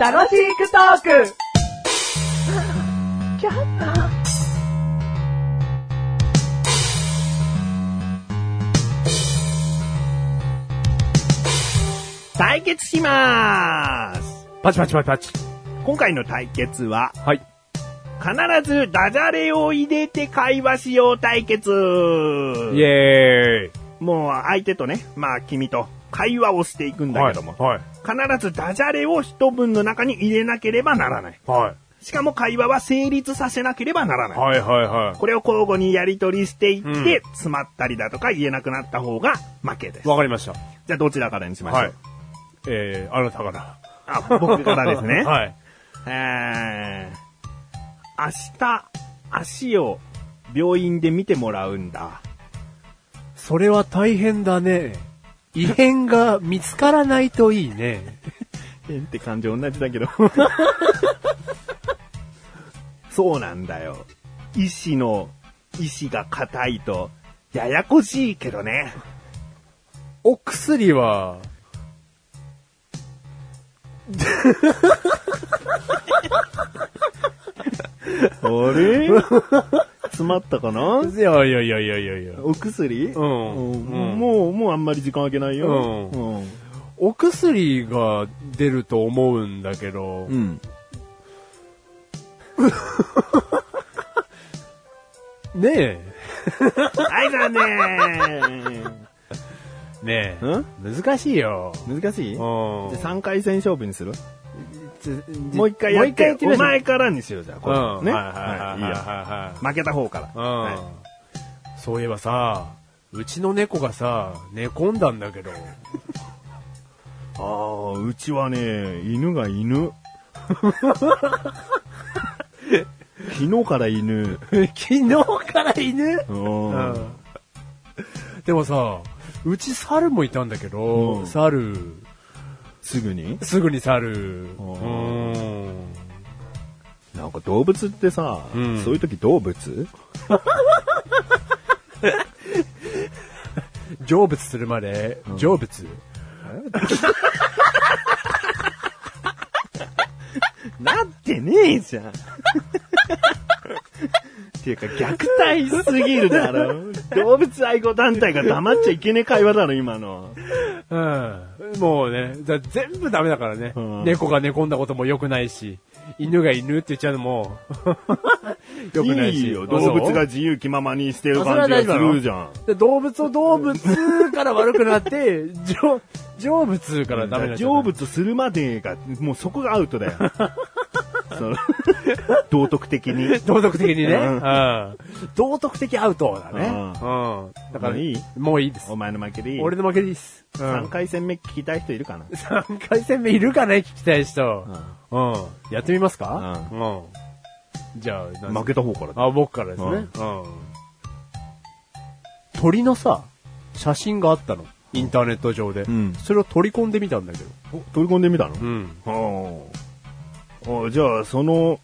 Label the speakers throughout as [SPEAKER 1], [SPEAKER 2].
[SPEAKER 1] 楽しくトーク
[SPEAKER 2] 対決しまーす
[SPEAKER 3] パチパチパチパチ。
[SPEAKER 2] 今回の対決は、
[SPEAKER 3] はい。
[SPEAKER 2] 必ずダジャレを入れて会話しよう対決
[SPEAKER 3] イエーイ。
[SPEAKER 2] もう相手とね、まあ君と会話をしていくんだけども、
[SPEAKER 3] はい。
[SPEAKER 2] 必ずダジャレを一文の中に入れなければならない。
[SPEAKER 3] は。
[SPEAKER 2] しかも会話は成立させなければならないい。
[SPEAKER 3] はいはいは
[SPEAKER 2] これを交互にやり取りしていって、
[SPEAKER 3] うん
[SPEAKER 2] 詰まったりだとか言えなくなった方が負けです
[SPEAKER 3] い。。わかりました。
[SPEAKER 2] じゃあどちらからにしましょう。
[SPEAKER 3] はい。えー、あなたから。
[SPEAKER 2] あ僕からですね。
[SPEAKER 3] はい。
[SPEAKER 2] えー、明日、足を病院で見てもらうんだ。
[SPEAKER 3] それは大変だね。異変が見つからないといいね。
[SPEAKER 2] えって感じ同じだけど。 そうなんだよ。医師の意志が硬いと、ややこしいけどね。
[SPEAKER 3] お薬は、
[SPEAKER 2] あれ 詰まったかない
[SPEAKER 3] やいやいやいやいやいや。
[SPEAKER 2] お薬うん
[SPEAKER 3] うん
[SPEAKER 2] もう、もうあんまり時間あげないよ。。
[SPEAKER 3] うんお薬が出ると思うんだけど、
[SPEAKER 2] うん。
[SPEAKER 3] ね
[SPEAKER 2] はい、残念
[SPEAKER 3] え。ねえ。難しいよ。
[SPEAKER 2] 難しいじゃ
[SPEAKER 3] ん
[SPEAKER 2] あ3回戦勝負にするも
[SPEAKER 3] も
[SPEAKER 2] う一回やって。
[SPEAKER 3] もう
[SPEAKER 2] お
[SPEAKER 3] 一回やっ
[SPEAKER 2] 前からにしよう、じゃあ。
[SPEAKER 3] てみましょう。
[SPEAKER 2] ね。
[SPEAKER 3] うんはいはいはい
[SPEAKER 2] い
[SPEAKER 3] はいい
[SPEAKER 2] よ
[SPEAKER 3] はい
[SPEAKER 2] 負けた方から。
[SPEAKER 3] はい。うん。そういえばさ、うちの猫がさ、寝込んだんだけど。
[SPEAKER 2] ああ、うちはね、犬が 犬。昨日から犬。
[SPEAKER 3] 昨日から犬
[SPEAKER 2] うん。
[SPEAKER 3] でもさ、うち猿もいたんだけど、
[SPEAKER 2] うん
[SPEAKER 3] 猿、
[SPEAKER 2] すぐに
[SPEAKER 3] すぐに猿。
[SPEAKER 2] あ
[SPEAKER 3] う
[SPEAKER 2] ー
[SPEAKER 3] ん
[SPEAKER 2] なんか動物ってさ、
[SPEAKER 3] うん
[SPEAKER 2] そういう時動物
[SPEAKER 3] 成仏するまで、成仏。
[SPEAKER 2] な ってねえじゃん。っていうか、虐待すぎるだ ろ。動物愛護団体が黙っちゃいけねえ会話だろ、今の。
[SPEAKER 3] うん。もうね、だ全部ダメだからね、
[SPEAKER 2] うん
[SPEAKER 3] 猫が寝込んだことも良くないし、犬が犬って言っちゃうの も、良くない
[SPEAKER 2] い
[SPEAKER 3] し。
[SPEAKER 2] いよ、動物が自由気ままにしてる感じがするじゃん
[SPEAKER 3] あ。。それは大丈夫なので動物を動物から悪くなって、 成成仏からダメになっちゃう
[SPEAKER 2] 成仏するまでが、もうそこがアウ トだよ。その道徳的 に。
[SPEAKER 3] 道徳的にね。
[SPEAKER 2] うん
[SPEAKER 3] うん道徳的アウトだね。
[SPEAKER 2] う
[SPEAKER 3] うん。だか
[SPEAKER 2] も
[SPEAKER 3] ら、
[SPEAKER 2] ういい
[SPEAKER 3] もういいです
[SPEAKER 2] お。前の負けでいい。俺、
[SPEAKER 3] 俺の負けです。う
[SPEAKER 2] 3
[SPEAKER 3] ん。
[SPEAKER 2] 回戦目聞きたい人いるかな
[SPEAKER 3] 3回戦目いるかね聞きたい人。うん。やってみますか。
[SPEAKER 2] うん
[SPEAKER 3] じゃあ、なん
[SPEAKER 2] 負けた方からだ。
[SPEAKER 3] あ、僕からですね。
[SPEAKER 2] うん
[SPEAKER 3] うん。鳥のさ、写真があったの。インターネット上で。
[SPEAKER 2] ん
[SPEAKER 3] それを取り込んでみたんだけど。
[SPEAKER 2] お取り込んでみたの
[SPEAKER 3] うん。
[SPEAKER 2] はあ。あじゃあ、その、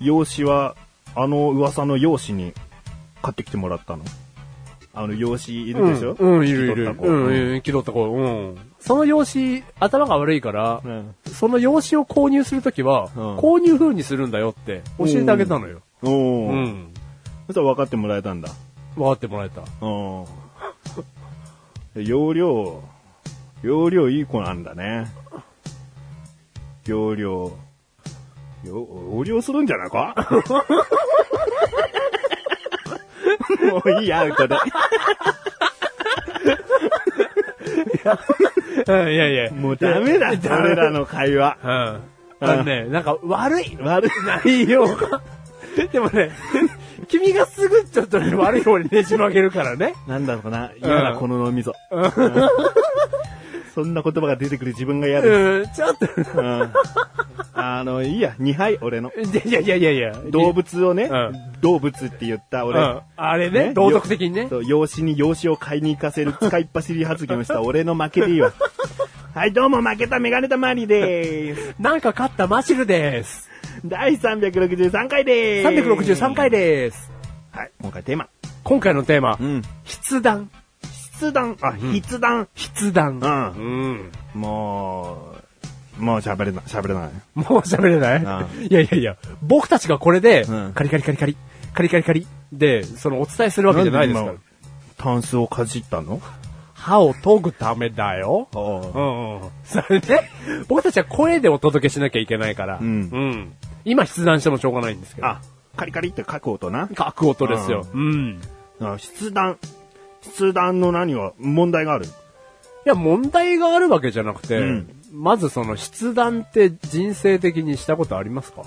[SPEAKER 2] 用紙は、あの噂の用紙に買ってきてもらったのあの用紙いるでしょ
[SPEAKER 3] うん、うんいるいる。
[SPEAKER 2] 引き取った子
[SPEAKER 3] うん、うん気取った子。うん。その用紙、頭が悪いから、
[SPEAKER 2] うん
[SPEAKER 3] その用紙を購入するときは、
[SPEAKER 2] うん
[SPEAKER 3] こういう風にするんだよって教えてあげたのよ。
[SPEAKER 2] お
[SPEAKER 3] う
[SPEAKER 2] お、
[SPEAKER 3] ん。
[SPEAKER 2] そしたら分かってもらえたんだ。
[SPEAKER 3] 分かってもらえた。
[SPEAKER 2] うん。容量、容量いい子なんだね。容量。よ、横領するんじゃないかもういい、アウトで。
[SPEAKER 3] うん、いやいや。
[SPEAKER 2] もうダメだ、俺らの会話。
[SPEAKER 3] うん。あのね、なんか悪い
[SPEAKER 2] 悪い。
[SPEAKER 3] 内容が。でもね、 君がすぐちょっ とね、悪い方にねじ曲げるからね。
[SPEAKER 2] なんだろうな、嫌だ、
[SPEAKER 3] うん
[SPEAKER 2] この脳みそ。そんな言葉が出てくる自分が嫌です。
[SPEAKER 3] うん、ちょっと。
[SPEAKER 2] うんあの、いいや、2杯、俺の。
[SPEAKER 3] いやいやいやいや。
[SPEAKER 2] 動物をね、
[SPEAKER 3] うん
[SPEAKER 2] 動物って言った
[SPEAKER 3] う
[SPEAKER 2] 俺。
[SPEAKER 3] ん。あれね、道徳的にね。
[SPEAKER 2] そう、養子に養子を買いに行かせる使いっ走り発言を した俺の負けでいいわ。はい、どうも負けたメガネたまりでー す。
[SPEAKER 3] なんか勝ったマシルです。
[SPEAKER 2] 第363回でーす。
[SPEAKER 3] 363回です。
[SPEAKER 2] はい、今回テーマ。
[SPEAKER 3] 今回のテーマ、
[SPEAKER 2] ん。
[SPEAKER 3] 筆談。
[SPEAKER 2] 筆談、あ、筆談。
[SPEAKER 3] 筆談。
[SPEAKER 2] うん
[SPEAKER 3] うん。
[SPEAKER 2] もう、もう喋れない、喋れない。
[SPEAKER 3] もう喋れない
[SPEAKER 2] ああ
[SPEAKER 3] いやいやいや、僕たちがこれで、
[SPEAKER 2] うん
[SPEAKER 3] カリカリカリカリ、カリカリカリで、そのお伝えするわけじゃないです
[SPEAKER 2] な
[SPEAKER 3] から
[SPEAKER 2] ん。今タンスをかじったの
[SPEAKER 3] 歯を研ぐためだよ。う
[SPEAKER 2] あ
[SPEAKER 3] んうん。それね、 僕たちは声でお届けしなきゃいけないから、
[SPEAKER 2] うん
[SPEAKER 3] うん今筆談してもしょうがないんですけど。
[SPEAKER 2] あ、カリカリって書く音な。
[SPEAKER 3] 書く音ですよ。うん。
[SPEAKER 2] あ筆談。筆談の何は問題がある。
[SPEAKER 3] いや、問題があるわけじゃなくて、
[SPEAKER 2] うん
[SPEAKER 3] まずその筆談って人生的にしたことありますか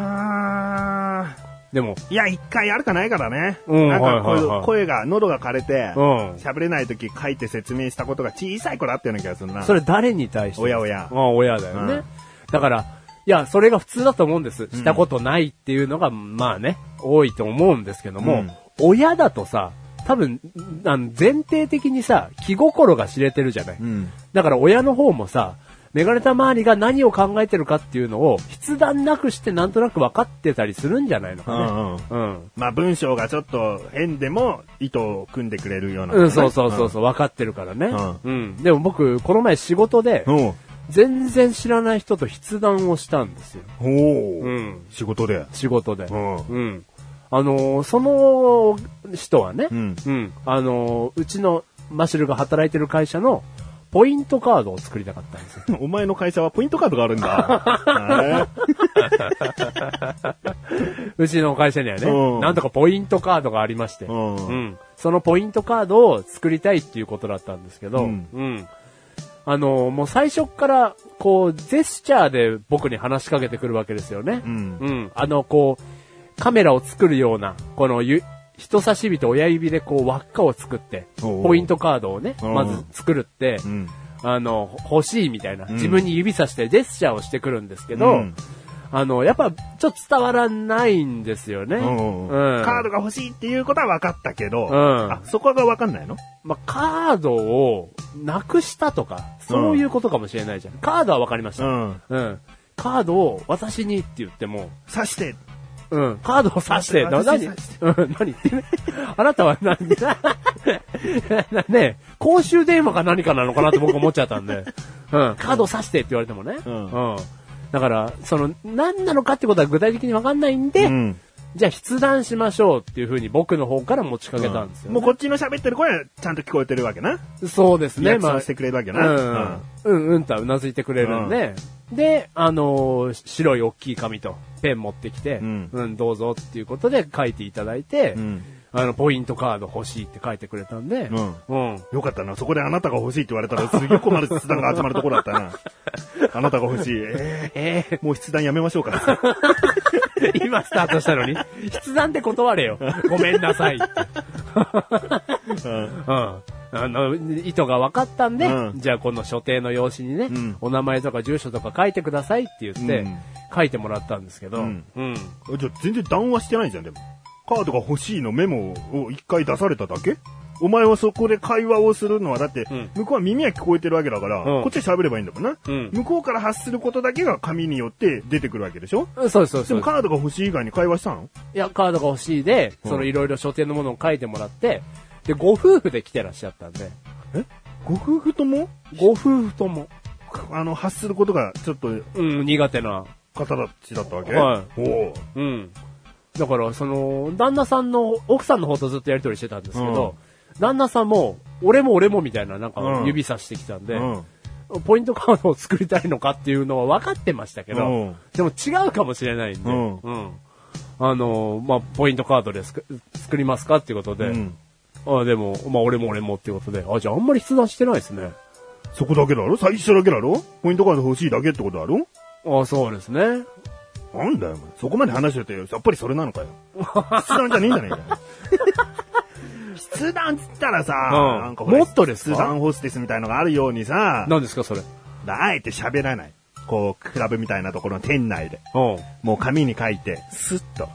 [SPEAKER 2] あ
[SPEAKER 3] でも、
[SPEAKER 2] いや、一回あるかないからね。
[SPEAKER 3] うん
[SPEAKER 2] なんかこういう
[SPEAKER 3] はいはいはい
[SPEAKER 2] 声が、喉が枯れて、
[SPEAKER 3] うん
[SPEAKER 2] 喋れない時書いて説明したことが小さい頃あったような気がするな。
[SPEAKER 3] それ誰に対して
[SPEAKER 2] おやおや
[SPEAKER 3] ああ親だよね、
[SPEAKER 2] うん
[SPEAKER 3] だから、いや、それが普通だと思うんです。したことないっていうのが、まあね、多いと思うんですけども、
[SPEAKER 2] うん
[SPEAKER 3] 親だとさ、多分、あの前提的にさ、気心が知れてるじゃない。
[SPEAKER 2] うん。
[SPEAKER 3] だから親の方もさ、メガネた周りが何を考えてるかっていうのを、筆談なくしてなんとなく分かってたりするんじゃないの
[SPEAKER 2] う
[SPEAKER 3] かね。
[SPEAKER 2] んうん。
[SPEAKER 3] うん。
[SPEAKER 2] まあ文章がちょっと変でも糸を組んでくれるような、
[SPEAKER 3] うん、そうそうそうそう、分かってるからね。
[SPEAKER 2] う
[SPEAKER 3] うん。でも僕、この前仕事で
[SPEAKER 2] う、ん。お
[SPEAKER 3] 全然知らない人と筆談をしたんですよ。
[SPEAKER 2] おー、
[SPEAKER 3] うん
[SPEAKER 2] 仕事で。
[SPEAKER 3] 仕事で。
[SPEAKER 2] うん。
[SPEAKER 3] うん。あのーその人はね、
[SPEAKER 2] うん
[SPEAKER 3] あのーうちのマシルが働いてる会社のポイントカードを作りたかっ たんですよ。
[SPEAKER 2] お前の会社はポイントカードがあるん だ。
[SPEAKER 3] うちの会社にはね、
[SPEAKER 2] うん
[SPEAKER 3] なんとかポイントカードがありまして、
[SPEAKER 2] うん
[SPEAKER 3] そのポイントカードを作りたいっていうことだったんですけ
[SPEAKER 2] う
[SPEAKER 3] ど、
[SPEAKER 2] ん
[SPEAKER 3] うんあのーもう最初っから、こう、ジェスチャーで僕に話しかけてくるわけですよね。
[SPEAKER 2] うん
[SPEAKER 3] うん。あの、こう、カメラを作るような、このゆ、人差し指と親指でこう輪っかを作って、
[SPEAKER 2] おう
[SPEAKER 3] ポイントカードをね、
[SPEAKER 2] うん
[SPEAKER 3] まず作るって、
[SPEAKER 2] うん。
[SPEAKER 3] あの、欲しいみたいな、
[SPEAKER 2] ん
[SPEAKER 3] 自分に指さしてジェスチャーをしてくるんですけど、
[SPEAKER 2] うん
[SPEAKER 3] あの、やっぱ、ちょっと伝わらないんですよね。
[SPEAKER 2] うん
[SPEAKER 3] うん
[SPEAKER 2] カードが欲しいっていうことは分かったけど、
[SPEAKER 3] ん
[SPEAKER 2] あそこが分かんないの
[SPEAKER 3] まあ、カードをなくしたとか、そういうことかもしれないじゃん。カードはわかりました。
[SPEAKER 2] ん。
[SPEAKER 3] うんカードを私にって言っても、
[SPEAKER 2] 刺して、
[SPEAKER 3] うん、カードを刺して、な
[SPEAKER 2] 私
[SPEAKER 3] 何
[SPEAKER 2] 刺し
[SPEAKER 3] うん、何ってね。あなたは何 ね公衆電話か何かなのかなって僕思っちゃったんで、うん、カードを刺してって言われてもね。
[SPEAKER 2] うん
[SPEAKER 3] うんだから、その、何なのかってことは具体的にわかんないんで、
[SPEAKER 2] うん
[SPEAKER 3] じゃあ筆談しましょうっていうふうに僕の方から持ちかけたんですよね、
[SPEAKER 2] もうこっちの喋ってる声はちゃんと聞こえてるわけな。
[SPEAKER 3] そうですね、
[SPEAKER 2] リアクショ
[SPEAKER 3] ま
[SPEAKER 2] ン
[SPEAKER 3] あ
[SPEAKER 2] してくれるわけな。
[SPEAKER 3] うんうんうんとはうなずいてくれるんで、で、あのー白い大きい紙とペン持ってきて、う
[SPEAKER 2] うんん、
[SPEAKER 3] どうぞっていうことで書いていただいて、
[SPEAKER 2] うん
[SPEAKER 3] あの、ポイントカード欲しいって書いてくれたんで、うん。
[SPEAKER 2] よかったな。そこであなたが欲しいって言われたら、すげえ困る筆談が集まるところだった な。あなたが欲しい。え
[SPEAKER 3] え
[SPEAKER 2] ーもう筆談やめましょうか。
[SPEAKER 3] ー 今スタートしたのに、筆談で 断れよ。ごめんなさいっ
[SPEAKER 2] う
[SPEAKER 3] て。
[SPEAKER 2] ん
[SPEAKER 3] うん。あの、意図が分かったんで、
[SPEAKER 2] うん
[SPEAKER 3] じゃあこの所定の用紙にね、
[SPEAKER 2] ん
[SPEAKER 3] お名前とか住所とか書いてくださいって言って、
[SPEAKER 2] うん
[SPEAKER 3] 書いてもらったんですけど、
[SPEAKER 2] うん
[SPEAKER 3] うん
[SPEAKER 2] じゃあ全然談話してないじゃん、でも。カードが欲しいのメモを一回出されただけお前はそこで会話をするのは、だって
[SPEAKER 3] うん、
[SPEAKER 2] 向こうは耳は聞こえてるわけだから、
[SPEAKER 3] うん
[SPEAKER 2] こっちは喋ればいいんだもんな、
[SPEAKER 3] うん
[SPEAKER 2] 向こうから発することだけが紙によって出てくるわけでしょ
[SPEAKER 3] うん。そうですそうです
[SPEAKER 2] でもカードが欲しい以外に会話したの
[SPEAKER 3] いや、カードが欲しいで、
[SPEAKER 2] うん
[SPEAKER 3] そのいろいろ書店のものを書いてもらって、で、ご夫婦で来てらっしゃったんで、
[SPEAKER 2] ご夫婦とも、
[SPEAKER 3] ご夫婦とも、
[SPEAKER 2] あの、発することがちょっと
[SPEAKER 3] うん、苦手な、
[SPEAKER 2] 形だったわけ。
[SPEAKER 3] はい
[SPEAKER 2] おう
[SPEAKER 3] うん。だから、その、旦那さんの、奥さんの方とずっとやりとりしてたんですけど、旦那さんも、俺も俺もみたいな、なんか
[SPEAKER 2] うん
[SPEAKER 3] 指さしてきたんで、
[SPEAKER 2] うん
[SPEAKER 3] ポイントカードを作りたいのかっていうのは分かってましたけど、
[SPEAKER 2] うん
[SPEAKER 3] でも違うかもしれないんで、
[SPEAKER 2] うん
[SPEAKER 3] うんあの、まあ、ポイントカードですく作りますかっていうことで、
[SPEAKER 2] うん
[SPEAKER 3] あでも、まあ俺も俺もっていうことで、あ、じゃああんまり筆談してないですね。
[SPEAKER 2] そこだけだろ最初だけだろポイントカード欲しいだけってことだろ
[SPEAKER 3] あそうですね。
[SPEAKER 2] なんだよ、お前そこまで話してて、やっぱりそれなのかよ。筆談じゃねえんじゃねえかよ。 筆談っつったらさ、
[SPEAKER 3] うん
[SPEAKER 2] なんかほら
[SPEAKER 3] もっとですか
[SPEAKER 2] 筆談ホステスみたいのがあるようにさ、
[SPEAKER 3] 何ですかそれ。
[SPEAKER 2] あえて喋らない。こう、クラブみたいなところの店内で。
[SPEAKER 3] うん。
[SPEAKER 2] もう紙に書いて、スッと。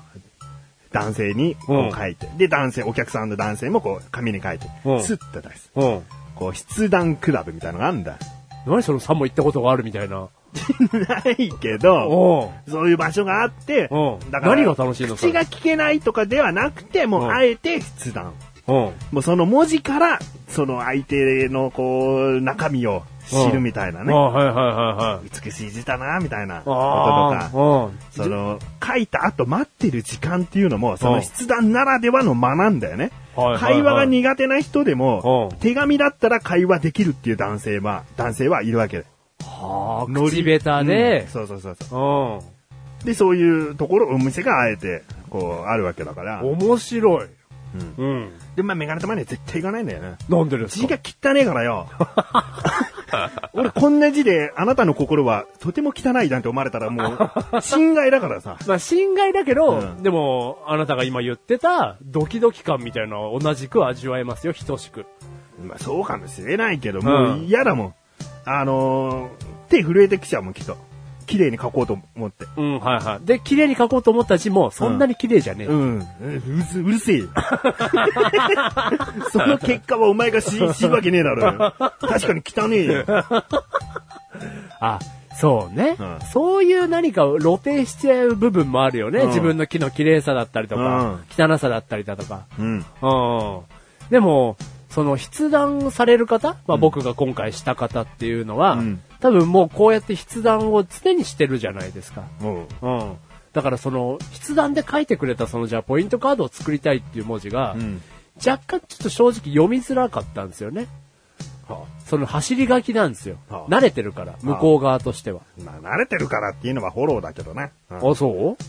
[SPEAKER 2] 男性にこう書いて、で、男性、お客さんの男性もこう、紙に書いて、
[SPEAKER 3] うん
[SPEAKER 2] スッと出す。
[SPEAKER 3] うん。
[SPEAKER 2] こう、筆談クラブみたいのがあるんだ。
[SPEAKER 3] 何そのさんも行ったことがあるみたいな。
[SPEAKER 2] ないけど、
[SPEAKER 3] お
[SPEAKER 2] そういう場所があって
[SPEAKER 3] う、ん
[SPEAKER 2] だから
[SPEAKER 3] 何が楽しいのそれ
[SPEAKER 2] 口が聞けないとかではなくて、もう
[SPEAKER 3] うん
[SPEAKER 2] あえて筆談。
[SPEAKER 3] うん。
[SPEAKER 2] もうその文字から、その相手のこう、中身を知るみたいな
[SPEAKER 3] あ
[SPEAKER 2] ね。
[SPEAKER 3] はいはいはいはい。
[SPEAKER 2] 美しい字だな、みたいなことと
[SPEAKER 3] あ
[SPEAKER 2] か。
[SPEAKER 3] あ、
[SPEAKER 2] その、書いた後待ってる時間っていうのも、そうの
[SPEAKER 3] ん
[SPEAKER 2] 筆談ならではの学んだよね。
[SPEAKER 3] はいはいはい
[SPEAKER 2] 会話が苦手な人でも
[SPEAKER 3] うん、
[SPEAKER 2] 手紙だったら会話できるっていう男性は、男性はいるわけで。
[SPEAKER 3] はあ、
[SPEAKER 2] ノリ
[SPEAKER 3] 口下手で
[SPEAKER 2] うん、そうそうそうそ
[SPEAKER 3] うん。
[SPEAKER 2] う。で、そういうところ、お店があえて、こう、あるわけだから。
[SPEAKER 3] 面白い。
[SPEAKER 2] うん
[SPEAKER 3] うん。
[SPEAKER 2] で、まあ、メガネ玉には絶対行かないんだよね。
[SPEAKER 3] なんでです
[SPEAKER 2] 字
[SPEAKER 3] か
[SPEAKER 2] が汚ねえから よ。俺こんな字で、あなたの心はとても汚いなんて思われたらも う、侵害だからさ。
[SPEAKER 3] まあ、侵害だけど、
[SPEAKER 2] うん
[SPEAKER 3] でも、あなたが今言ってた、ドキドキ感みたいなのは同じく味わえますよ、等しく。
[SPEAKER 2] まあ、そうかもしれないけど、も
[SPEAKER 3] う
[SPEAKER 2] うん嫌だもん。あのー、手震えてきちゃうもん、きっと。綺麗に書こうと思って。
[SPEAKER 3] うん、はいはい。で、綺麗に書こうと思った字も、そんなに綺麗じゃねえ。
[SPEAKER 2] うん。うずうるせえよ。 その結果はお前 が知知るわけねえだろうよ。確かに汚ねえよ。
[SPEAKER 3] あ、そうね、
[SPEAKER 2] うん
[SPEAKER 3] そういう何かを露呈しちゃう部分もあるよね。
[SPEAKER 2] うん
[SPEAKER 3] 自分の木の綺麗さだったりとか、汚さだったりだとか。
[SPEAKER 2] うん。
[SPEAKER 3] うん。でも、その筆談される方、まあ、僕が今回した方っていうのは、
[SPEAKER 2] うん
[SPEAKER 3] 多分もうこうやって筆談を常にしてるじゃないですか。
[SPEAKER 2] もう。
[SPEAKER 3] うん。だからその、筆談で書いてくれたその、じゃあポイントカードを作りたいっていう文字が、
[SPEAKER 2] うん
[SPEAKER 3] 若干ちょっと正直読みづらかったんですよね。
[SPEAKER 2] は
[SPEAKER 3] その走り書きなんですよ。
[SPEAKER 2] はあ
[SPEAKER 3] 慣れてるから、向こう側としては。
[SPEAKER 2] あまあ、慣れてるからっていうのはフォローだけどね。うん
[SPEAKER 3] あ、そう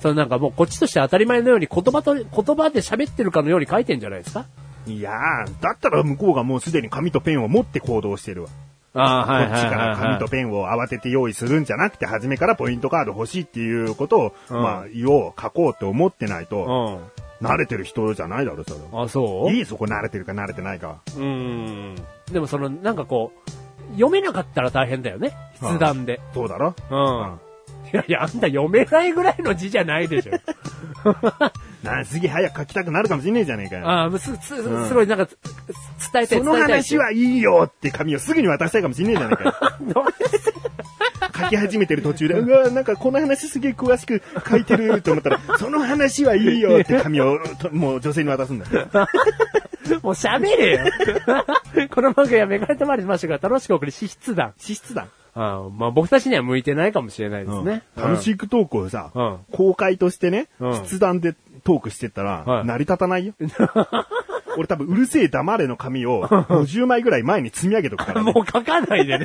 [SPEAKER 3] それなんかもうこっちとして当たり前のように言葉と、言葉で喋ってるかのように書いてんじゃないですか
[SPEAKER 2] いやー、だったら向こうがもうすでに紙とペンを持って行動してるわ。
[SPEAKER 3] ああ、
[SPEAKER 2] こっちから紙とペンを慌てて用意するんじゃなくて、初めからポイントカード欲しいっていうことを、
[SPEAKER 3] うん
[SPEAKER 2] まあ、言おう、書こうって思ってないと、
[SPEAKER 3] う
[SPEAKER 2] 慣れてる人じゃないだろ、それは。
[SPEAKER 3] ん。あ、そう
[SPEAKER 2] いいそこ慣れてるか慣れてないかは。
[SPEAKER 3] うん。でもその、なんかこう、読めなかったら大変だよね。筆談で。
[SPEAKER 2] そうだろ
[SPEAKER 3] うん。いやいや、あんた読めないぐらいの字じゃないでしょ。
[SPEAKER 2] な、次早く書きたくなるかもしんねえじゃねえかよ。
[SPEAKER 3] ああ、もうす、す、
[SPEAKER 2] うん
[SPEAKER 3] すごい、なんか、つ伝えたい、
[SPEAKER 2] その
[SPEAKER 3] 伝えたいって
[SPEAKER 2] 話
[SPEAKER 3] いう。
[SPEAKER 2] はいいよって紙をすぐに渡したいかもしんねえじゃねえかよ。 書き始めてる途中で、うわなんかこの話すげえ詳しく書いてると思ったら、その話はいいよって紙を、ともう女性に渡すんだよ。
[SPEAKER 3] もう喋れ よ。この番組はメガネとマリましたから楽しくお送りし、筆談。
[SPEAKER 2] 資質だ。
[SPEAKER 3] ああまあ僕たちには向いてないかもしれないですね。
[SPEAKER 2] 楽しくトークをさ、
[SPEAKER 3] うん
[SPEAKER 2] 公開としてね、
[SPEAKER 3] うん
[SPEAKER 2] 筆談でトークしてったら、
[SPEAKER 3] はい
[SPEAKER 2] 成り立たないよ。 俺多分、うるせえ黙れの紙 を50枚ぐらい前に積み上げとくから、ね。
[SPEAKER 3] もう書かない でね。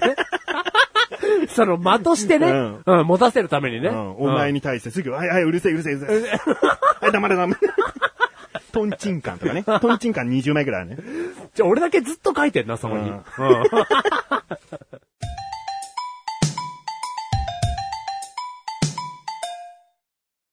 [SPEAKER 3] その、間としてね、
[SPEAKER 2] う
[SPEAKER 3] うんん、持たせるためにね。
[SPEAKER 2] うん、お前
[SPEAKER 3] に。
[SPEAKER 2] に対してすぐ、はいはい、うるせえうるせえうる せえ。はい、黙れ黙れ。 トンチンカンとかね。トンチンカン20枚ぐらいあるね。
[SPEAKER 3] じゃあ俺だけずっと書いてんな、そこに。
[SPEAKER 2] うん
[SPEAKER 3] うん